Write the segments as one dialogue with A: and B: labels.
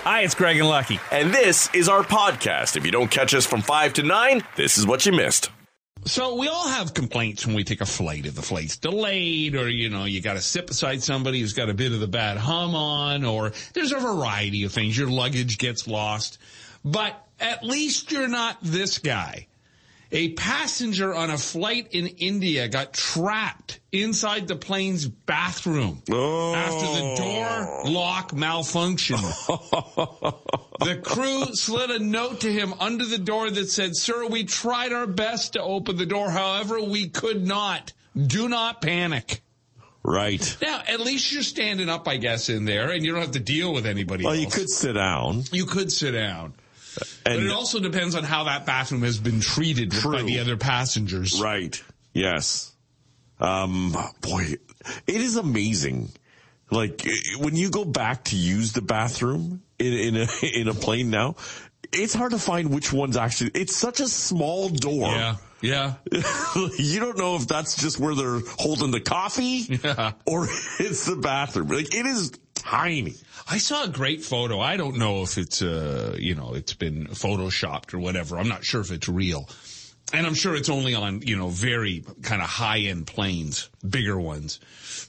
A: Hi, it's Greg and Lucky.
B: And this is our podcast. If you don't catch us from 5 to 9, this is what you missed.
A: So we all have complaints when we take a flight. If the flight's delayed or, you know, you got to sit beside somebody who's got a bit of the bad hum on or there's a variety of things. Your luggage gets lost, but at least you're not this guy. A passenger on a flight in India got trapped inside the plane's bathroom after
C: Oh.
A: the door lock malfunctioned. the crew slid a note to him under the door that said, Sir, we tried our best to open the door. However, we could not. Do not panic.
C: Right.
A: Now, at least you're standing up, I guess, in there, and you don't have to deal with anybody
C: Well,
A: else.
C: you could sit down.
A: You could sit down. but
C: And
A: it also depends on how that bathroom has been treated by
C: True.
A: the other passengers.
C: right. Yes. Um. Boy, it is amazing. Like eh, when you go back to use the bathroom in in a in a plane now, it's hard to find which one's actually. It's such a small door.
A: Yeah. Yeah.
C: you don't know if that's just where they're holding the coffee
A: Yeah.
C: or it's the bathroom. Like it is tiny.
A: I saw a great photo. I don't know if it's, uh, you know, it's been photoshopped or whatever. I'm not sure if it's real. And I'm sure it's only on, you know, very kind of high end planes, bigger ones.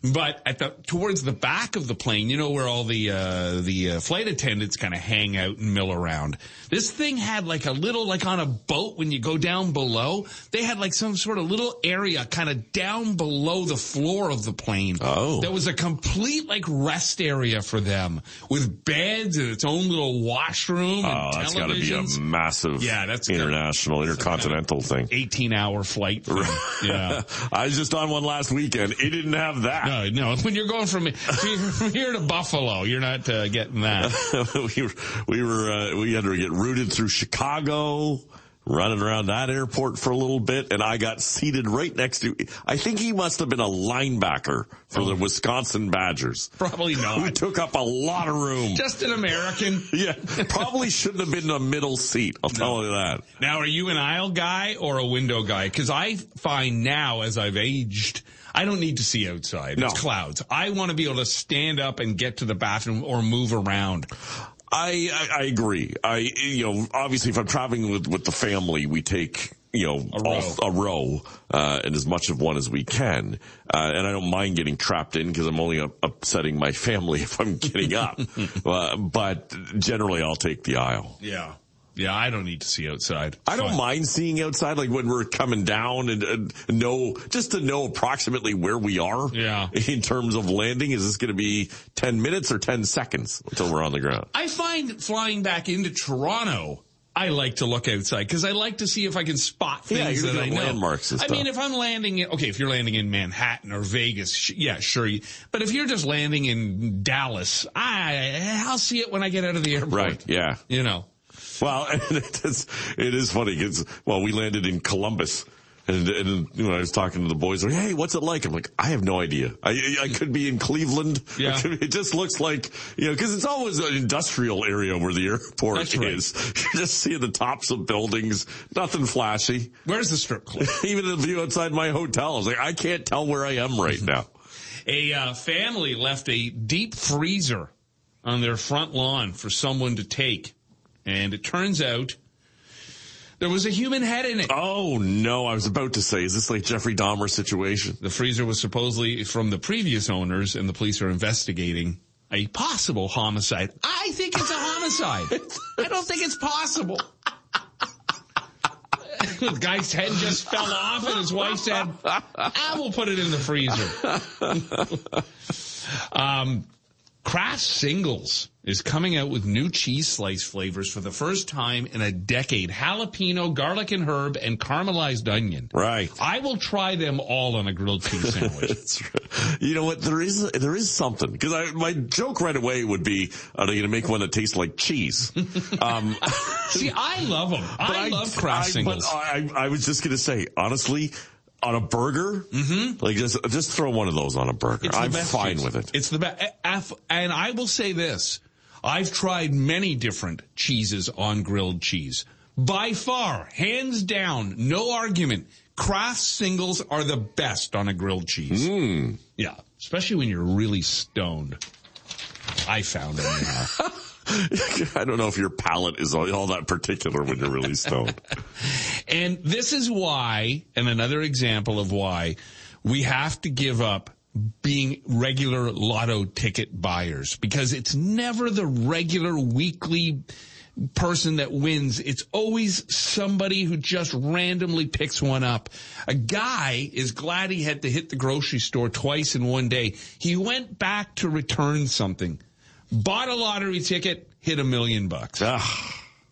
A: But at the, towards the back of the plane, you know, where all the, uh, the uh, flight attendants kind of hang out and mill around. This thing had like a little, like on a boat when you go down below, they had like some sort of little area kind of down below the floor of the plane.
C: Oh.
A: That was a complete like rest area for them with beds and its own little washroom.
C: Oh,
A: and
C: that's got to be a
A: televisions.
C: massive
A: Yeah, that's gotta-
C: international, intercontinental thing.
A: 18 hour flight. thing. yeah.
C: I was just on one last weekend. It didn't have that.
A: No, no. When you're going from, from here to Buffalo, you're not uh, getting that.
C: we were, we, were uh, we had to get routed through Chicago, running around that airport for a little bit, and I got seated right next to. I think he must have been a linebacker for the Wisconsin Badgers.
A: Probably
C: Who
A: not.
C: took up a lot of room.
A: Just an American.
C: yeah, probably shouldn't have been the middle seat. I'll tell you that.
A: Now, are you an aisle guy or a window guy? Because I find now, as I've aged, I don't need to see outside.
C: No.
A: It's clouds. I want to be able to stand up and get to the bathroom or move around.
C: I, I I agree. I you know obviously if I'm traveling with with the family, we take you know
A: A row.
C: all- a row uh, and as much of one as we can, uh, and I don't mind getting trapped in because I'm only up- upsetting my family if I'm getting up. uh, but generally, I'll take the aisle.
A: Yeah. Yeah, I don't need to see outside.
C: I don't
A: Fine.
C: mind seeing outside, like when we're coming down and, and know, just to know approximately where we are.
A: Yeah.
C: In terms of landing, is this going to be 10 minutes or 10 seconds until we're on the ground?
A: I find flying back into Toronto, I like to look outside because I like to see if I can spot things
C: Yeah, you're
A: that I
C: looking
A: know.
C: at landmarks and
A: I
C: stuff.
A: mean, if I'm landing, in, okay, if you're landing in Manhattan or Vegas, sh- yeah, sure. you- But if you're just landing in Dallas, I I'll see it when I get out of the airport.
C: Right. Yeah.
A: You know.
C: Well, and it is, it is funny because, well, we landed in Columbus. And, and you know, I was talking to the boys, like, hey, what's it like? I'm like, I have no idea. I, I could be in Cleveland.
A: Yeah.
C: I could be- It just looks like, you know, because it's always an industrial area where the airport
A: That's right.
C: is. You're just seeing the tops of buildings, nothing flashy.
A: Where's the strip club?
C: Even the view outside my hotel, I was like, I can't tell where I am right now.
A: a uh, family left a deep freezer on their front lawn for someone to take, and it turns out there was a human head in it.
C: Oh no, I was about to say, is this like Jeffrey Dahmer situation?
A: The freezer was supposedly from the previous owners, and the police are investigating a possible homicide. I think it's a homicide. I don't think it's possible. the guy's head just fell off, and his wife said, "I will put it in the freezer." um, Kraft Singles is coming out with new cheese slice flavors for the first time in a decade: jalapeno, garlic and herb, and caramelized onion.
C: Right.
A: I will try them all on a grilled cheese sandwich.
C: That's right. You know what? There is there is something because I my joke right away would be are they going to make one that tastes like cheese? Um,
A: See, I love them.
C: but
A: I, love Kraft
C: I-
A: singles.
C: But I, I was just going to say honestly, on a burger, like just just throw one of those on a
A: Mm-hmm.
C: burger.
A: It's the
C: I'm
A: best
C: fine
A: cheese.
C: with it.
A: It's the best. And I will say this: I've tried many different cheeses on grilled cheese. By far, hands down, no argument. Kraft singles are the best on a grilled cheese.
C: Hmm.
A: Yeah, especially when you're really stoned. I found them. anyhow.
C: I don't know if your palate is all, all that particular when you're really stoned.
A: And this is why, and another example of why we have to give up being regular lotto ticket buyers because it's never the regular weekly person that wins. It's always somebody who just randomly picks one up. A guy is glad he had to hit the grocery store twice in one day. He went back to return something, bought a lottery ticket, hit a million bucks.
C: Ugh.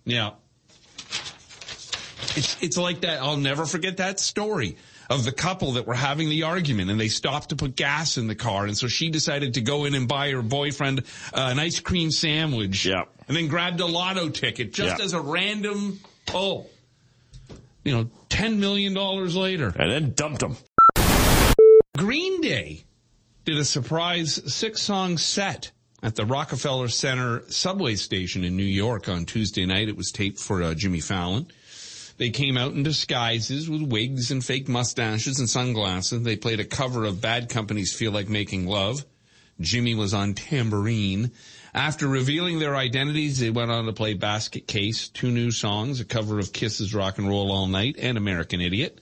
A: Yeah. It's, it's like that. I'll never forget that story of the couple that were having the argument and they stopped to put gas in the car. And so she decided to go in and buy her boyfriend uh, an ice cream sandwich.
C: Yeah.
A: And then grabbed a lotto ticket just
C: Yeah.
A: as a random pull. You know, $10 million later.
C: and then dumped them.
A: Green Day did a surprise six song set at the Rockefeller Center subway station in New York on Tuesday night. It was taped for uh, Jimmy Fallon. They came out in disguises with wigs and fake mustaches and sunglasses. They played a cover of Bad Company's Feel Like Making Love. Jimmy was on tambourine. After revealing their identities, they went on to play Basket Case, two new songs, a cover of Kisses Rock and Roll All Night and American Idiot.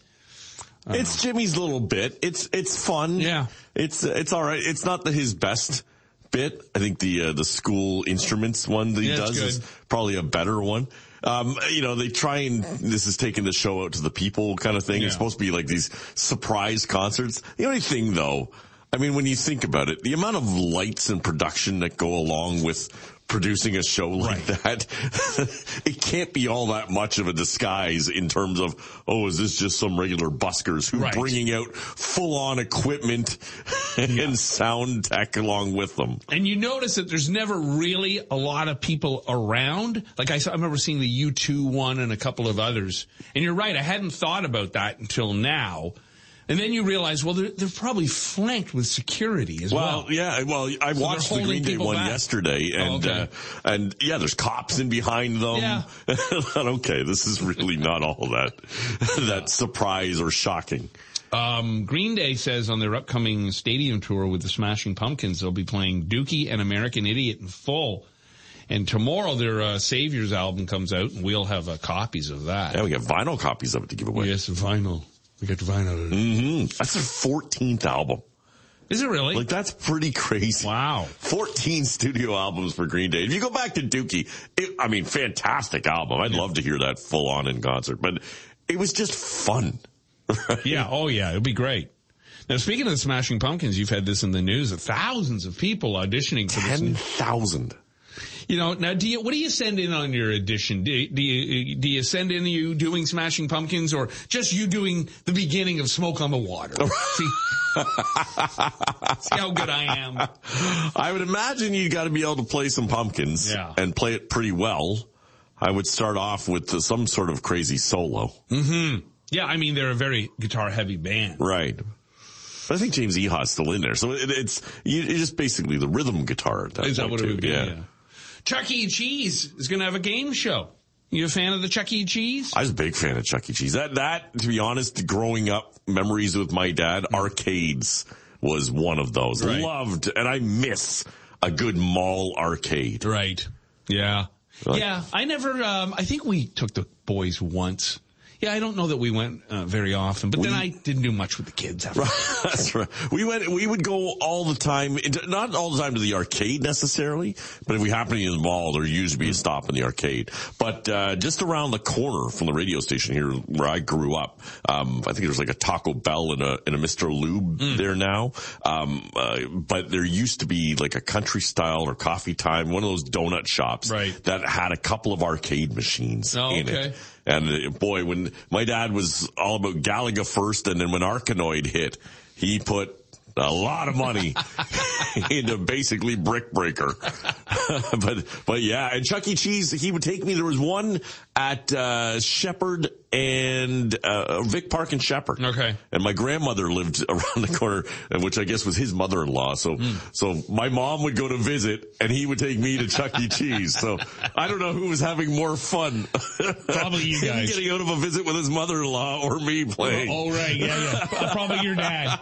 C: It's Jimmy's little bit. It's it's fun.
A: Uh-huh. Yeah.
C: It's it's all right. It's not the, his best bit. I think the uh, the school instruments one that he
A: Yeah, it's
C: does is
A: good.
C: probably a better one. Um, you know, they try and this is taking the show out to the people kind of thing.
A: Yeah.
C: It's supposed to be like these surprise concerts. The only thing though, I mean, when you think about it, the amount of lights and production that go along with producing a show like that, it can't be all that much of a disguise in terms of, oh, is this just some regular buskers who
A: Right.
C: bringing out full on equipment and sound tech along with them?
A: And you notice that there's never really a lot of people around. Like I, saw, I remember seeing the U2 one and a couple of others. And you're right, I hadn't thought about that until now. And then you realize, well, they're, they're probably flanked with security as well.
C: Well, yeah. Well, I watched the
A: holding
C: Green Day
A: people
C: one
A: back. Oh,
C: yesterday, and
A: okay.
C: uh, and yeah, there's cops in behind them.
A: Yeah.
C: okay, this is really not all that that surprise or shocking.
A: Um, Green Day says on their upcoming stadium tour with the Smashing Pumpkins, they'll be playing Dookie and American Idiot in full. And tomorrow their uh, Saviors album comes out, and we'll have uh, copies of that.
C: Yeah, we got vinyl copies of it to give away.
A: Yes, vinyl. We got vinyl.
C: That's their 14th album.
A: Is it really?
C: Like that's pretty crazy.
A: wow.
C: 14 studio albums for Green Day. If you go back to Dookie, it, I mean, fantastic album. I'd love to hear that full on in concert, but it was just fun.
A: Yeah. Oh, yeah. It'd be great. Now, speaking of the Smashing Pumpkins, you've had this in the news. that Thousands of people auditioning for this.
C: 10,000.
A: You know, now do you, what do you send in on your audition? Do, you- do you, do you send in you doing Smashing Pumpkins or just you doing the beginning of Smoke on the Water? See, see how good I am.
C: I would imagine you got to be able to play some pumpkins
A: Yeah.
C: and play it pretty well. I would start off with the, some sort of crazy solo.
A: Yeah. I mean, they're a very guitar heavy band.
C: Right. But I think James Eha's still in there. So it, it's, you, it's just basically the rhythm guitar. At that
A: Is that
C: point,
A: what
C: too.
A: it would be?
C: Yeah.
A: Chuck E. Cheese is going to have a game show. You a fan of the Chuck E. Cheese?
C: I was a big fan of Chuck E. Cheese. That, that, to be honest, growing up memories with my dad, arcades was one of those.
A: Hmm. Right.
C: Loved, and I miss a good mall arcade.
A: Right. Yeah.
C: Right.
A: Yeah. I never, um, I think we took the boys once. Yeah, I don't know that we went uh, very often, but then I didn't do much with the kids after.
C: That's right. We went, we would go all the time, into, not all the time to the arcade necessarily, but if we happen to be in the mall, there used to be a
A: Mm-hmm.
C: stop in the arcade. But, uh, just around the corner from the radio station here where I grew up, um, I think there's like a Taco Bell and a, and a Mr. Lube
A: Mm.
C: there now. Um, uh, but there used to be like a country style or coffee time, one of those donut shops
A: Right.
C: that had a couple of arcade machines
A: Oh,
C: in
A: okay.
C: it. And uh, boy, when my dad was all about Galaga first, and then when Arkanoid hit, he put a lot of money into basically Brick Breaker. but but yeah, and Chuck E. Cheese, he would take me. There was one at uh, Shepherd and uh, Vic Park and Shepherd.
A: Okay.
C: And my grandmother lived around the corner, and which I guess was his mother-in-law. So, so my mom would go to visit, and he would take me to Chuck E. Cheese. So I don't know who was having more fun,
A: Probably you
C: him getting out of a visit with his mother-in-law or me playing.
A: Uh, Oh, right. Yeah, yeah. Probably your dad.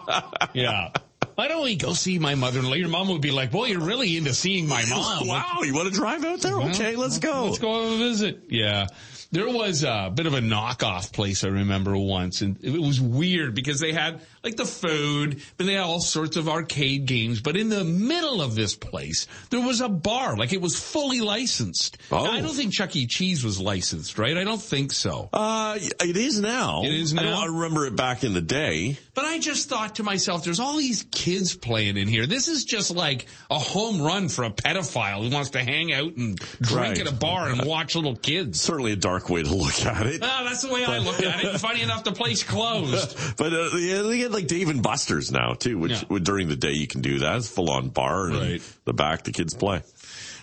A: Yeah. Why don't we go see my mother? And your mom would be like, "Well, you're really into seeing my mom."
C: Wow, you want to drive out there?
A: Well,
C: okay, let's go.
A: Oh, Mm-hmm. Let's go have a visit. Yeah. There was a bit of a knockoff place I remember once and it was weird because they had like the food, but they had all sorts of arcade games. But in the middle of this place, there was a bar, like it was fully licensed.
C: Oh.
A: Now, I don't think Chuck E. Cheese was licensed, right? I don't think so.
C: Uh, it is now.
A: It is
C: I don't-
A: now?
C: I remember it back in the day.
A: But I just thought to myself, there's all these kids playing in here. This is just like a home run for a pedophile who wants to hang out and drink
C: Right.
A: at a bar and watch little kids.
C: Certainly a dark way to look at it.
A: Ah, that's the way I look at it. And funny enough, the place closed.
C: But uh, yeah, they get like Dave and Buster's now too, which
A: Yeah.
C: which during the day you can do that. It's full on bar and
A: Right.
C: the back the kids play.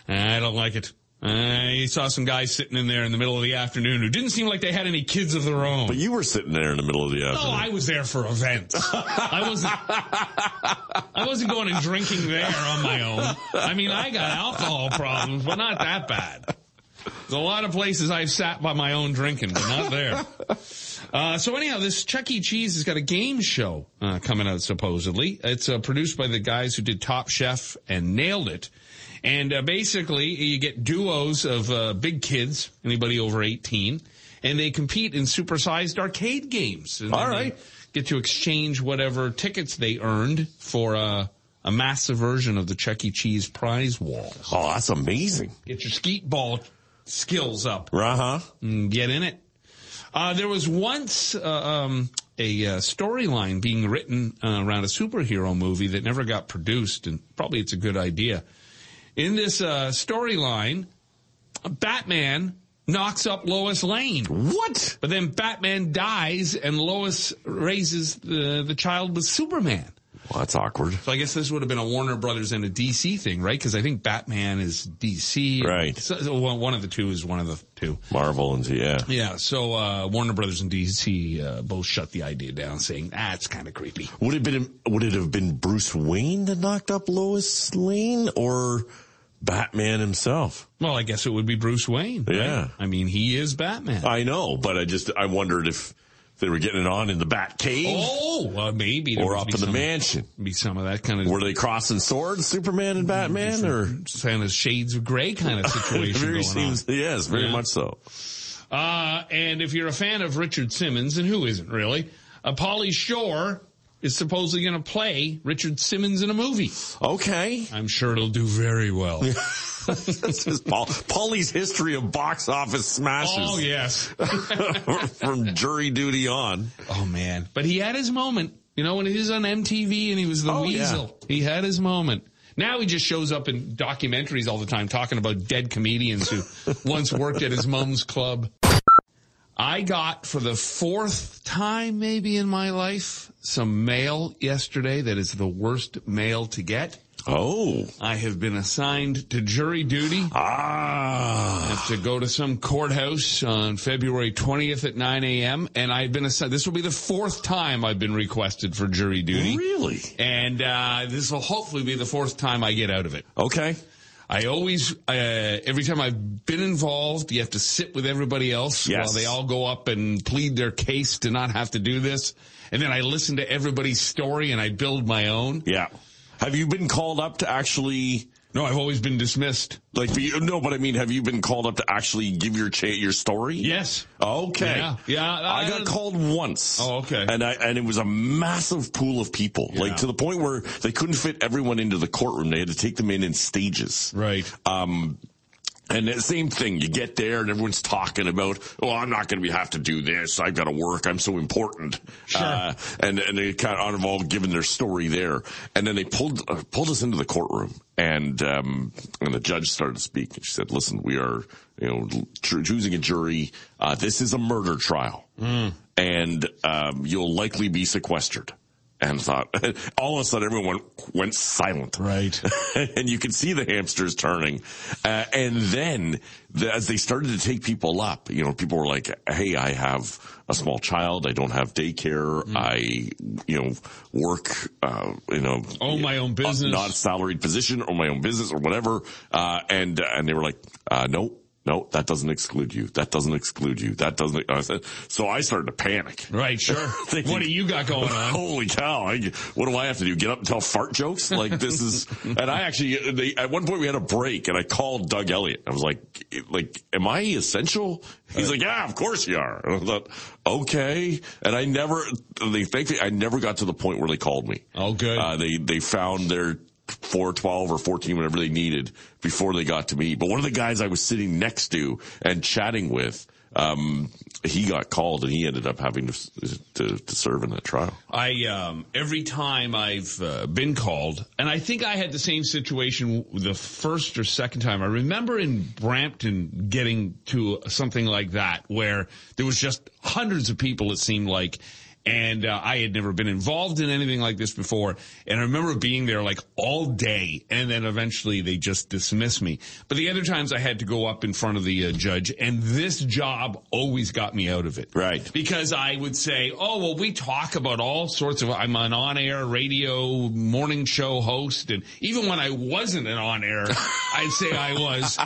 A: Ah, I don't like it. I saw some guys sitting in there in the middle of the afternoon who didn't seem like they had any kids of their own.
C: But you were sitting there in the middle of the
A: no,
C: afternoon.
A: I was there for events. I wasn't. I wasn't going and drinking there on my own. I mean, I got alcohol problems, but not that bad. There's a lot of places I've sat by my own drinking, but not there. Uh, so anyhow, this Chuck E. Cheese has got a game show uh, coming out supposedly. It's uh, produced by the guys who did Top Chef and Nailed It. And uh, basically, you get duos of uh, big kids, anybody over 18, and they compete in supersized arcade games. And then
C: All
A: they
C: right.
A: Get to exchange whatever tickets they earned for uh, a massive version of the Chuck E. Cheese prize wall.
C: oh, that's amazing.
A: Get your skeet ball skills up
C: Uh huh.
A: and get in it. Uh, there was once uh, um, a uh, storyline being written uh, around a superhero movie that never got produced, and probably it's a good idea. In this uh, storyline, Batman knocks up Lois Lane.
C: What?
A: But then Batman dies and Lois raises the, the child with Superman.
C: Well, that's awkward.
A: So I guess this would have been a Warner Brothers and a DC thing, right? Because I think Batman is DC.
C: Right.
A: So, so one one of the two is one of the two.
C: Marvel and yeah.
A: Yeah, so uh, Warner Brothers and DC uh, both shut the idea down, saying that's kind of creepy.
C: Would it been would it have been Bruce Wayne that knocked up Lois Lane or Batman himself?
A: Well, I guess it would be Bruce Wayne. right?
C: Yeah. Uh,
A: I mean he is Batman.
C: I know, but I just I wondered if they were getting it on in the Bat Cave
A: oh, uh, maybe there
C: or
A: would
C: up
A: be
C: in the
A: some-
C: mansion.
A: Be some of that kind of
C: Were they crossing swords, Superman and Batman, or
A: kind of shades of gray kind of
C: It
A: situation
C: very
A: going
C: seems yes, very
A: Yeah.
C: much so.
A: on. Uh, and if you're a fan of Richard Simmons, and who isn't really, uh, Polly Shore is supposedly going to play Richard Simmons in a movie.
C: Okay,
A: I'm sure it'll do very well.
C: this is Paul, Paulie's history of box office smashes
A: oh yes.
C: from Jury Duty on.
A: Oh man. But he had his moment. You know, when he was on MTV and he was the
C: Oh, yeah.
A: weasel, he had his moment. Now he just shows up in documentaries all the time talking about dead comedians who once worked at his mom's club. I got for the fourth time maybe in my life some mail yesterday that is the worst mail to get.
C: Oh,
A: I have been assigned to jury duty
C: ah,
A: have to go to some courthouse on February 20th at 9 a.m. And I've been assigned, this will be the fourth time I've been requested for jury duty.
C: really?
A: And, uh, this will hopefully be the fourth time I get out of it.
C: Okay,
A: I always, uh, every time I've been involved, you have to sit with everybody else
C: Yes.
A: while they all go up and plead their case to not have to do this. And then I listen to everybody's story and I build my own.
C: yeah. Have you been called up to actually?
A: No, I've always been dismissed.
C: Like be, no, but I mean, have you been called up to actually give your cha- your story?
A: Yes.
C: Okay.
A: Yeah, yeah, Uh,
C: I,
A: I-
C: got called once.
A: Oh, okay.
C: And I and it was a massive pool of people, like to the point where they couldn't fit everyone into the courtroom. They had to take them in in stages.
A: Right.
C: Um, and the same thing, you get there and everyone's talking about, oh, I'm not going to have to do this. I've got to work. I'm so important.
A: Sure.
C: Uh, and, and they kind of all given their story there. And then they pulled, uh, pulled us into the courtroom and, um, and the judge started to speak and she said, listen, we are, you know, choo- choosing a jury. Uh, this is a murder trial and, um, you'll likely be sequestered. And thought, all of a sudden everyone went silent
A: Right.
C: and you could see the hamsters turning. Uh, and then the, as they started to take people up, you know, people were like, Hey, I have a small child. I don't have daycare.
A: Mm-hmm.
C: I, you know, work, uh, you know,
A: Own my own business.
C: not salaried position or my own business or whatever. Uh, and, and they were like, uh, no, No, that doesn't exclude you. That doesn't exclude you. That doesn't. I said, so I started to panic.
A: Right, sure.
C: Thinking-
A: what do you got going on?
C: Holy cow! I, what do I have to do? Get up and tell fart jokes? Like this is. and I actually, they, at one point, we had a break, and I called Doug Elliott. I was like, "Like, am I essential?" He's like, "Yeah, of course you are." And I thought, "Okay." And I never. They thankfully, I never got to the point where they called me.
A: Oh, good.
C: Uh, they they found their. 412 or 14, whatever they needed before they got to me. But one of the guys I was sitting next to and chatting with, um, he got called and he ended up having to, to, to serve in that trial.
A: I um, every time I've uh, been called, and I think I had the same situation the first or second time. I remember in Brampton getting to something like that where there was just hundreds of people. It seemed like. And uh, I had never been involved in anything like this before, and I remember being there like all day, and then eventually they just dismissed me. But the other times I had to go up in front of the uh, judge, and this job always got me out of it.
C: Right.
A: Because I would say, oh, well, we talk about all sorts of, I'm an on air radio morning show host. And even when I wasn't an on air, I'd say I was.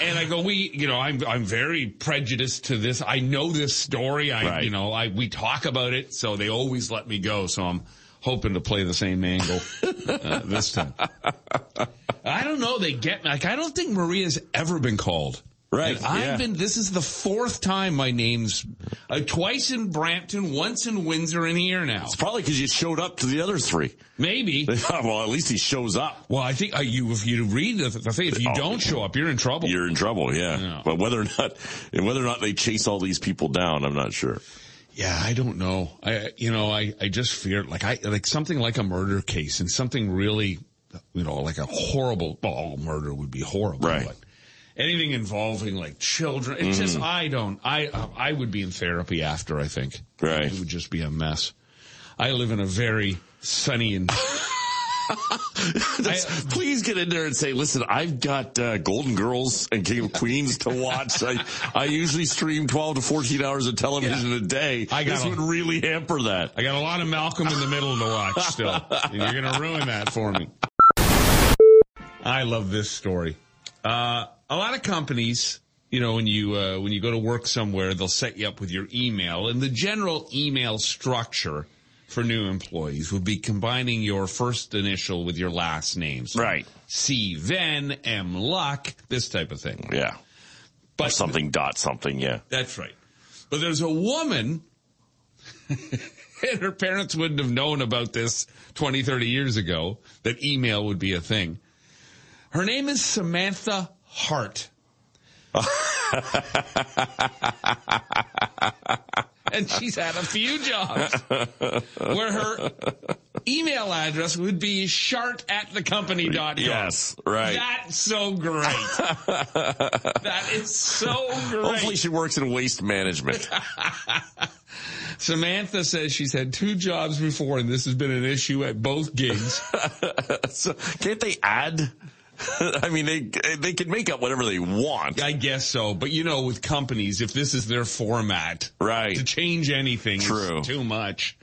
A: and I go, we, you know, I'm, I'm very prejudiced to this. I know this story. I,
C: Right.
A: you know, I, we talk about it. So they always let me go. So I'm hoping to play the same angle uh, this time. I don't know. They get like I don't think Maria's ever been called.
C: Right,
A: And I've
C: yeah.
A: been. This is the fourth time my name's uh, twice in Brampton, once in Windsor, and here now.
C: It's probably because you showed up to the other three.
A: Maybe.
C: They thought, well, at least he shows up.
A: Well, I think uh, you if you read the, the thing, if you
C: Oh.
A: don't show up, you're in trouble.
C: You're in trouble, yeah. But whether or not, and whether or not they chase all these people down, I'm not sure.
A: Yeah, I don't know. I you know, I I just fear like I like something like a murder case and something really you know, like a horrible well, murder would be horrible,
C: Right. Mm-hmm.
A: but anything involving like children, it's just I don't I I would be in therapy after, I think.
C: Right.
A: It would just be a mess. I live in a very sunny and
C: Just please get in there and say, listen, I've got uh, Golden Girls and King of Queens to watch. I, I usually stream 12 to 14 hours of television
A: Yeah.
C: a day.
A: I got
C: this
A: a-
C: would really hamper that.
A: I got a lot of Malcolm in the middle to watch still. and you're going to ruin that for me. I love this story. Uh, a lot of companies, you know, when you, uh, when you go to work somewhere, they'll set you up with your email and the general email structure for new employees would be combining your first initial with your last name. So
C: Right.
A: C. Ven, M. Luck, this type of thing.
C: Yeah.
A: But-
C: Or something dot something, yeah.
A: That's right. But there's a woman, and her parents wouldn't have known about this 20, 30 years ago, that email would be a thing. Her name is Samantha Hart. and she's had a few jobs where her email address would be shart at the company.com.
C: Yes, right.
A: That's so great. that is so great.
C: Hopefully she works in waste management.
A: Samantha says she's had two jobs before and this has been an issue at both gigs.
C: So can't they add? I mean, they they can make up whatever they want,
A: I guess so, but you know, with companies, if this is their format,
C: right?
A: to change anything
C: True.
A: is too much.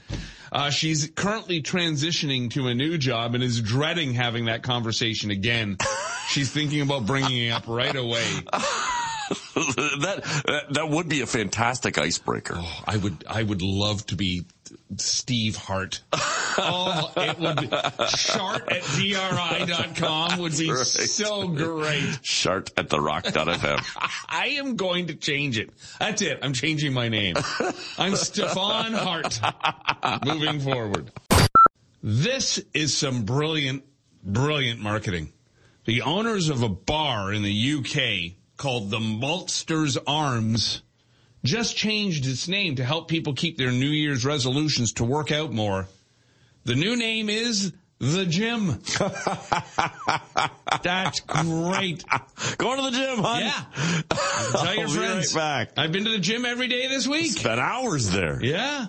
A: Uh, she's currently transitioning to a new job and is dreading having that conversation again. she's thinking about bringing it up right away.
C: that, that that would be a fantastic icebreaker.
A: Oh, I would, I would love to be Steve Hart. Oh, it would be, shart at dri.com would be
C: That's right.
A: so great.
C: Shart at the rock.fm.
A: I am going to change it. That's it. I'm changing my name. I'm Stefan Hart. Moving forward. This is some brilliant, brilliant marketing. The owners of a bar in the UK called the Maltsters Arms just changed its name to help people keep their New Year's resolutions to work out more. The new name is the gym. That's great.
C: Going to the gym, hon.
A: Yeah. Tell your
C: I'll be
A: friends.
C: right back.
A: I've been to the gym every day this week.
C: Spent hours there.
A: Yeah.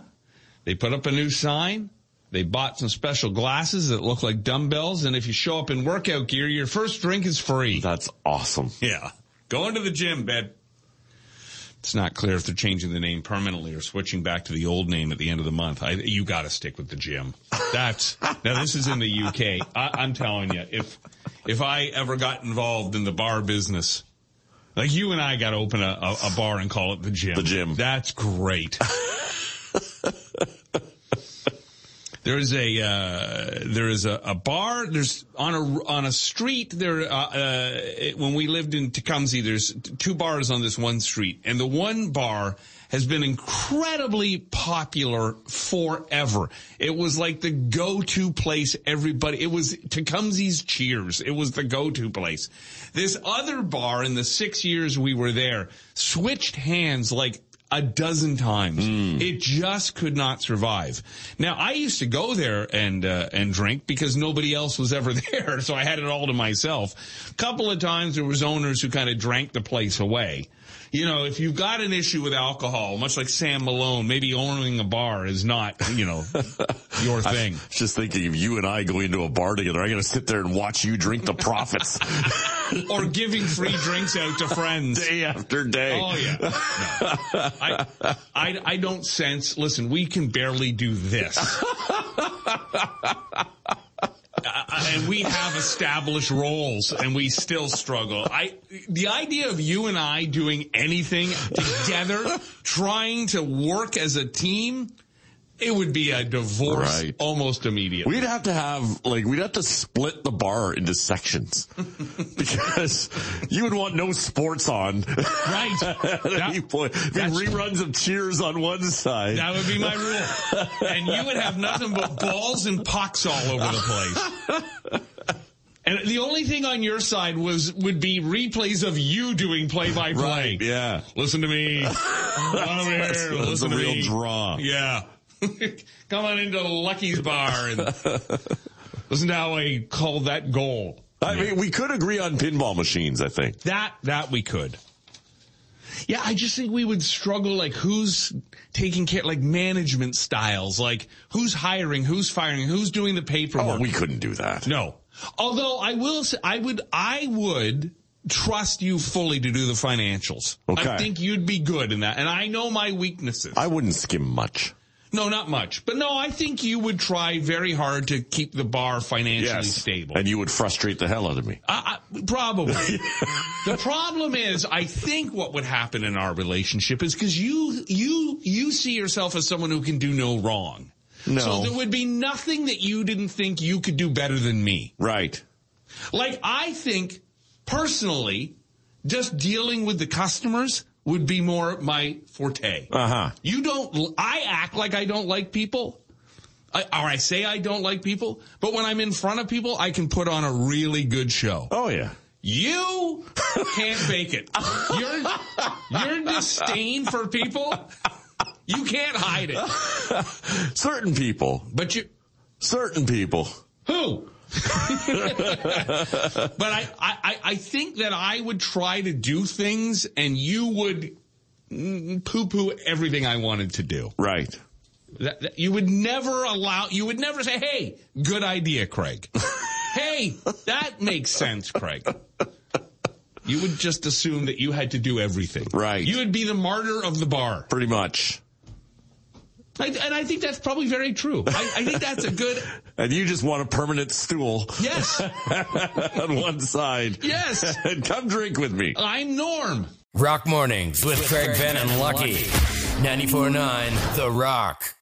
A: They put up a new sign. They bought some special glasses that look like dumbbells. And if you show up in workout gear, your first drink is free.
C: That's awesome.
A: Yeah. Going to the gym, bed. It's not clear if they're changing the name permanently or switching back to the old name at the end of the month. I, you got to stick with the gym. That's now. This is in the UK. I, I'm telling you, if if I ever got involved in the bar business, Like you and I got to open a, a, a bar and call it the gym.
C: The gym.
A: That's great. there is a uh, there is a, a bar. There's on a on a street there. Uh, uh, it- when we lived in Tecumseh, there's t- two bars on this one street, and the one bar has been incredibly popular forever. It was like the go-to place everybody, it was Tecumseh's Cheers. It was the go-to place. This other bar in the six years we were there switched hands like a dozen times. It just could not survive. Now I used to go there and uh, and drink because nobody else was ever there, so I had it all to myself. Couple of times there was owners who kind of drank the place away. You know, if you've got an issue with alcohol, much like Sam Malone, maybe owning a bar is not, you know, your thing.
C: Just thinking of you and I going to a bar together. I got to sit there and watch you drink the profits
A: Or giving free drinks out to friends.
C: day after day.
A: Oh yeah. No. I, I I don't sense. Listen, we can barely do this. I- and we have established roles and we still struggle. I, the idea of you and I doing anything together, trying to work as a team, it would be a divorce
C: Right.
A: almost immediately.
C: We'd have to have like we'd have to split the bar into sections because you would want no sports on
A: right.
C: at any
A: That-
C: point. It'd Be
A: that's-
C: reruns of Cheers on one side.
A: That would be my rule. And you would have nothing but balls and pucks all over the place. And the only thing on your side was would be replays of you doing play by play.
C: yeah,
A: Listen to me. Come on over
C: That's-
A: here.
C: that's
A: Listen
C: a
A: to
C: real
A: me.
C: draw.
A: Yeah. Come on into Lucky's bar and listen to how I called that goal.
C: I mean we could agree on pinball machines. I think
A: That that we could. Yeah, I just think we would struggle like who's taking care like management styles, like who's hiring, who's firing, who's doing the paperwork.
C: oh, we couldn't do that.
A: no. Although I will say I would I would trust you fully to do the financials.
C: Okay.
A: I think you'd be good in that. And I know my weaknesses.
C: I wouldn't skim much.
A: no, not much. But no, I think you would try very hard to keep the bar financially stable.
C: and you would frustrate the hell out of me.
A: I, I, probably. the problem is, I think what would happen in our relationship is because you you you see yourself as someone who can do no wrong.
C: No.
A: So there would be nothing that you didn't think you could do better than me.
C: Right.
A: Like I think personally, just dealing with the customers would be more my forte.
C: Uh huh.
A: You don't, I act like I don't like people. I, or I say I don't like people, but when I'm in front of people, I can put on a really good show.
C: Oh yeah.
A: You can't fake it. Your, your disdain for people, you can't hide it.
C: Certain people.
A: But you,
C: Certain people.
A: who? but I, I, I- I think that I would try to do things and you would poo poo everything I wanted to do.
C: Right.
A: That, that- you would never allow, you would never say, hey, good idea, Craig. hey, that makes sense, Craig. You would just assume that you had to do everything.
C: Right.
A: You would be the martyr of the bar.
C: Pretty much.
A: I, and I think that's probably very true. I, I think that's a good,
C: And you just want a permanent stool
A: yes,
C: on one side.
A: yes.
C: And come drink with me.
A: I'm Norm.
D: Rock Mornings with, Craig, Craig Venn and Lucky. 94.9 The Rock.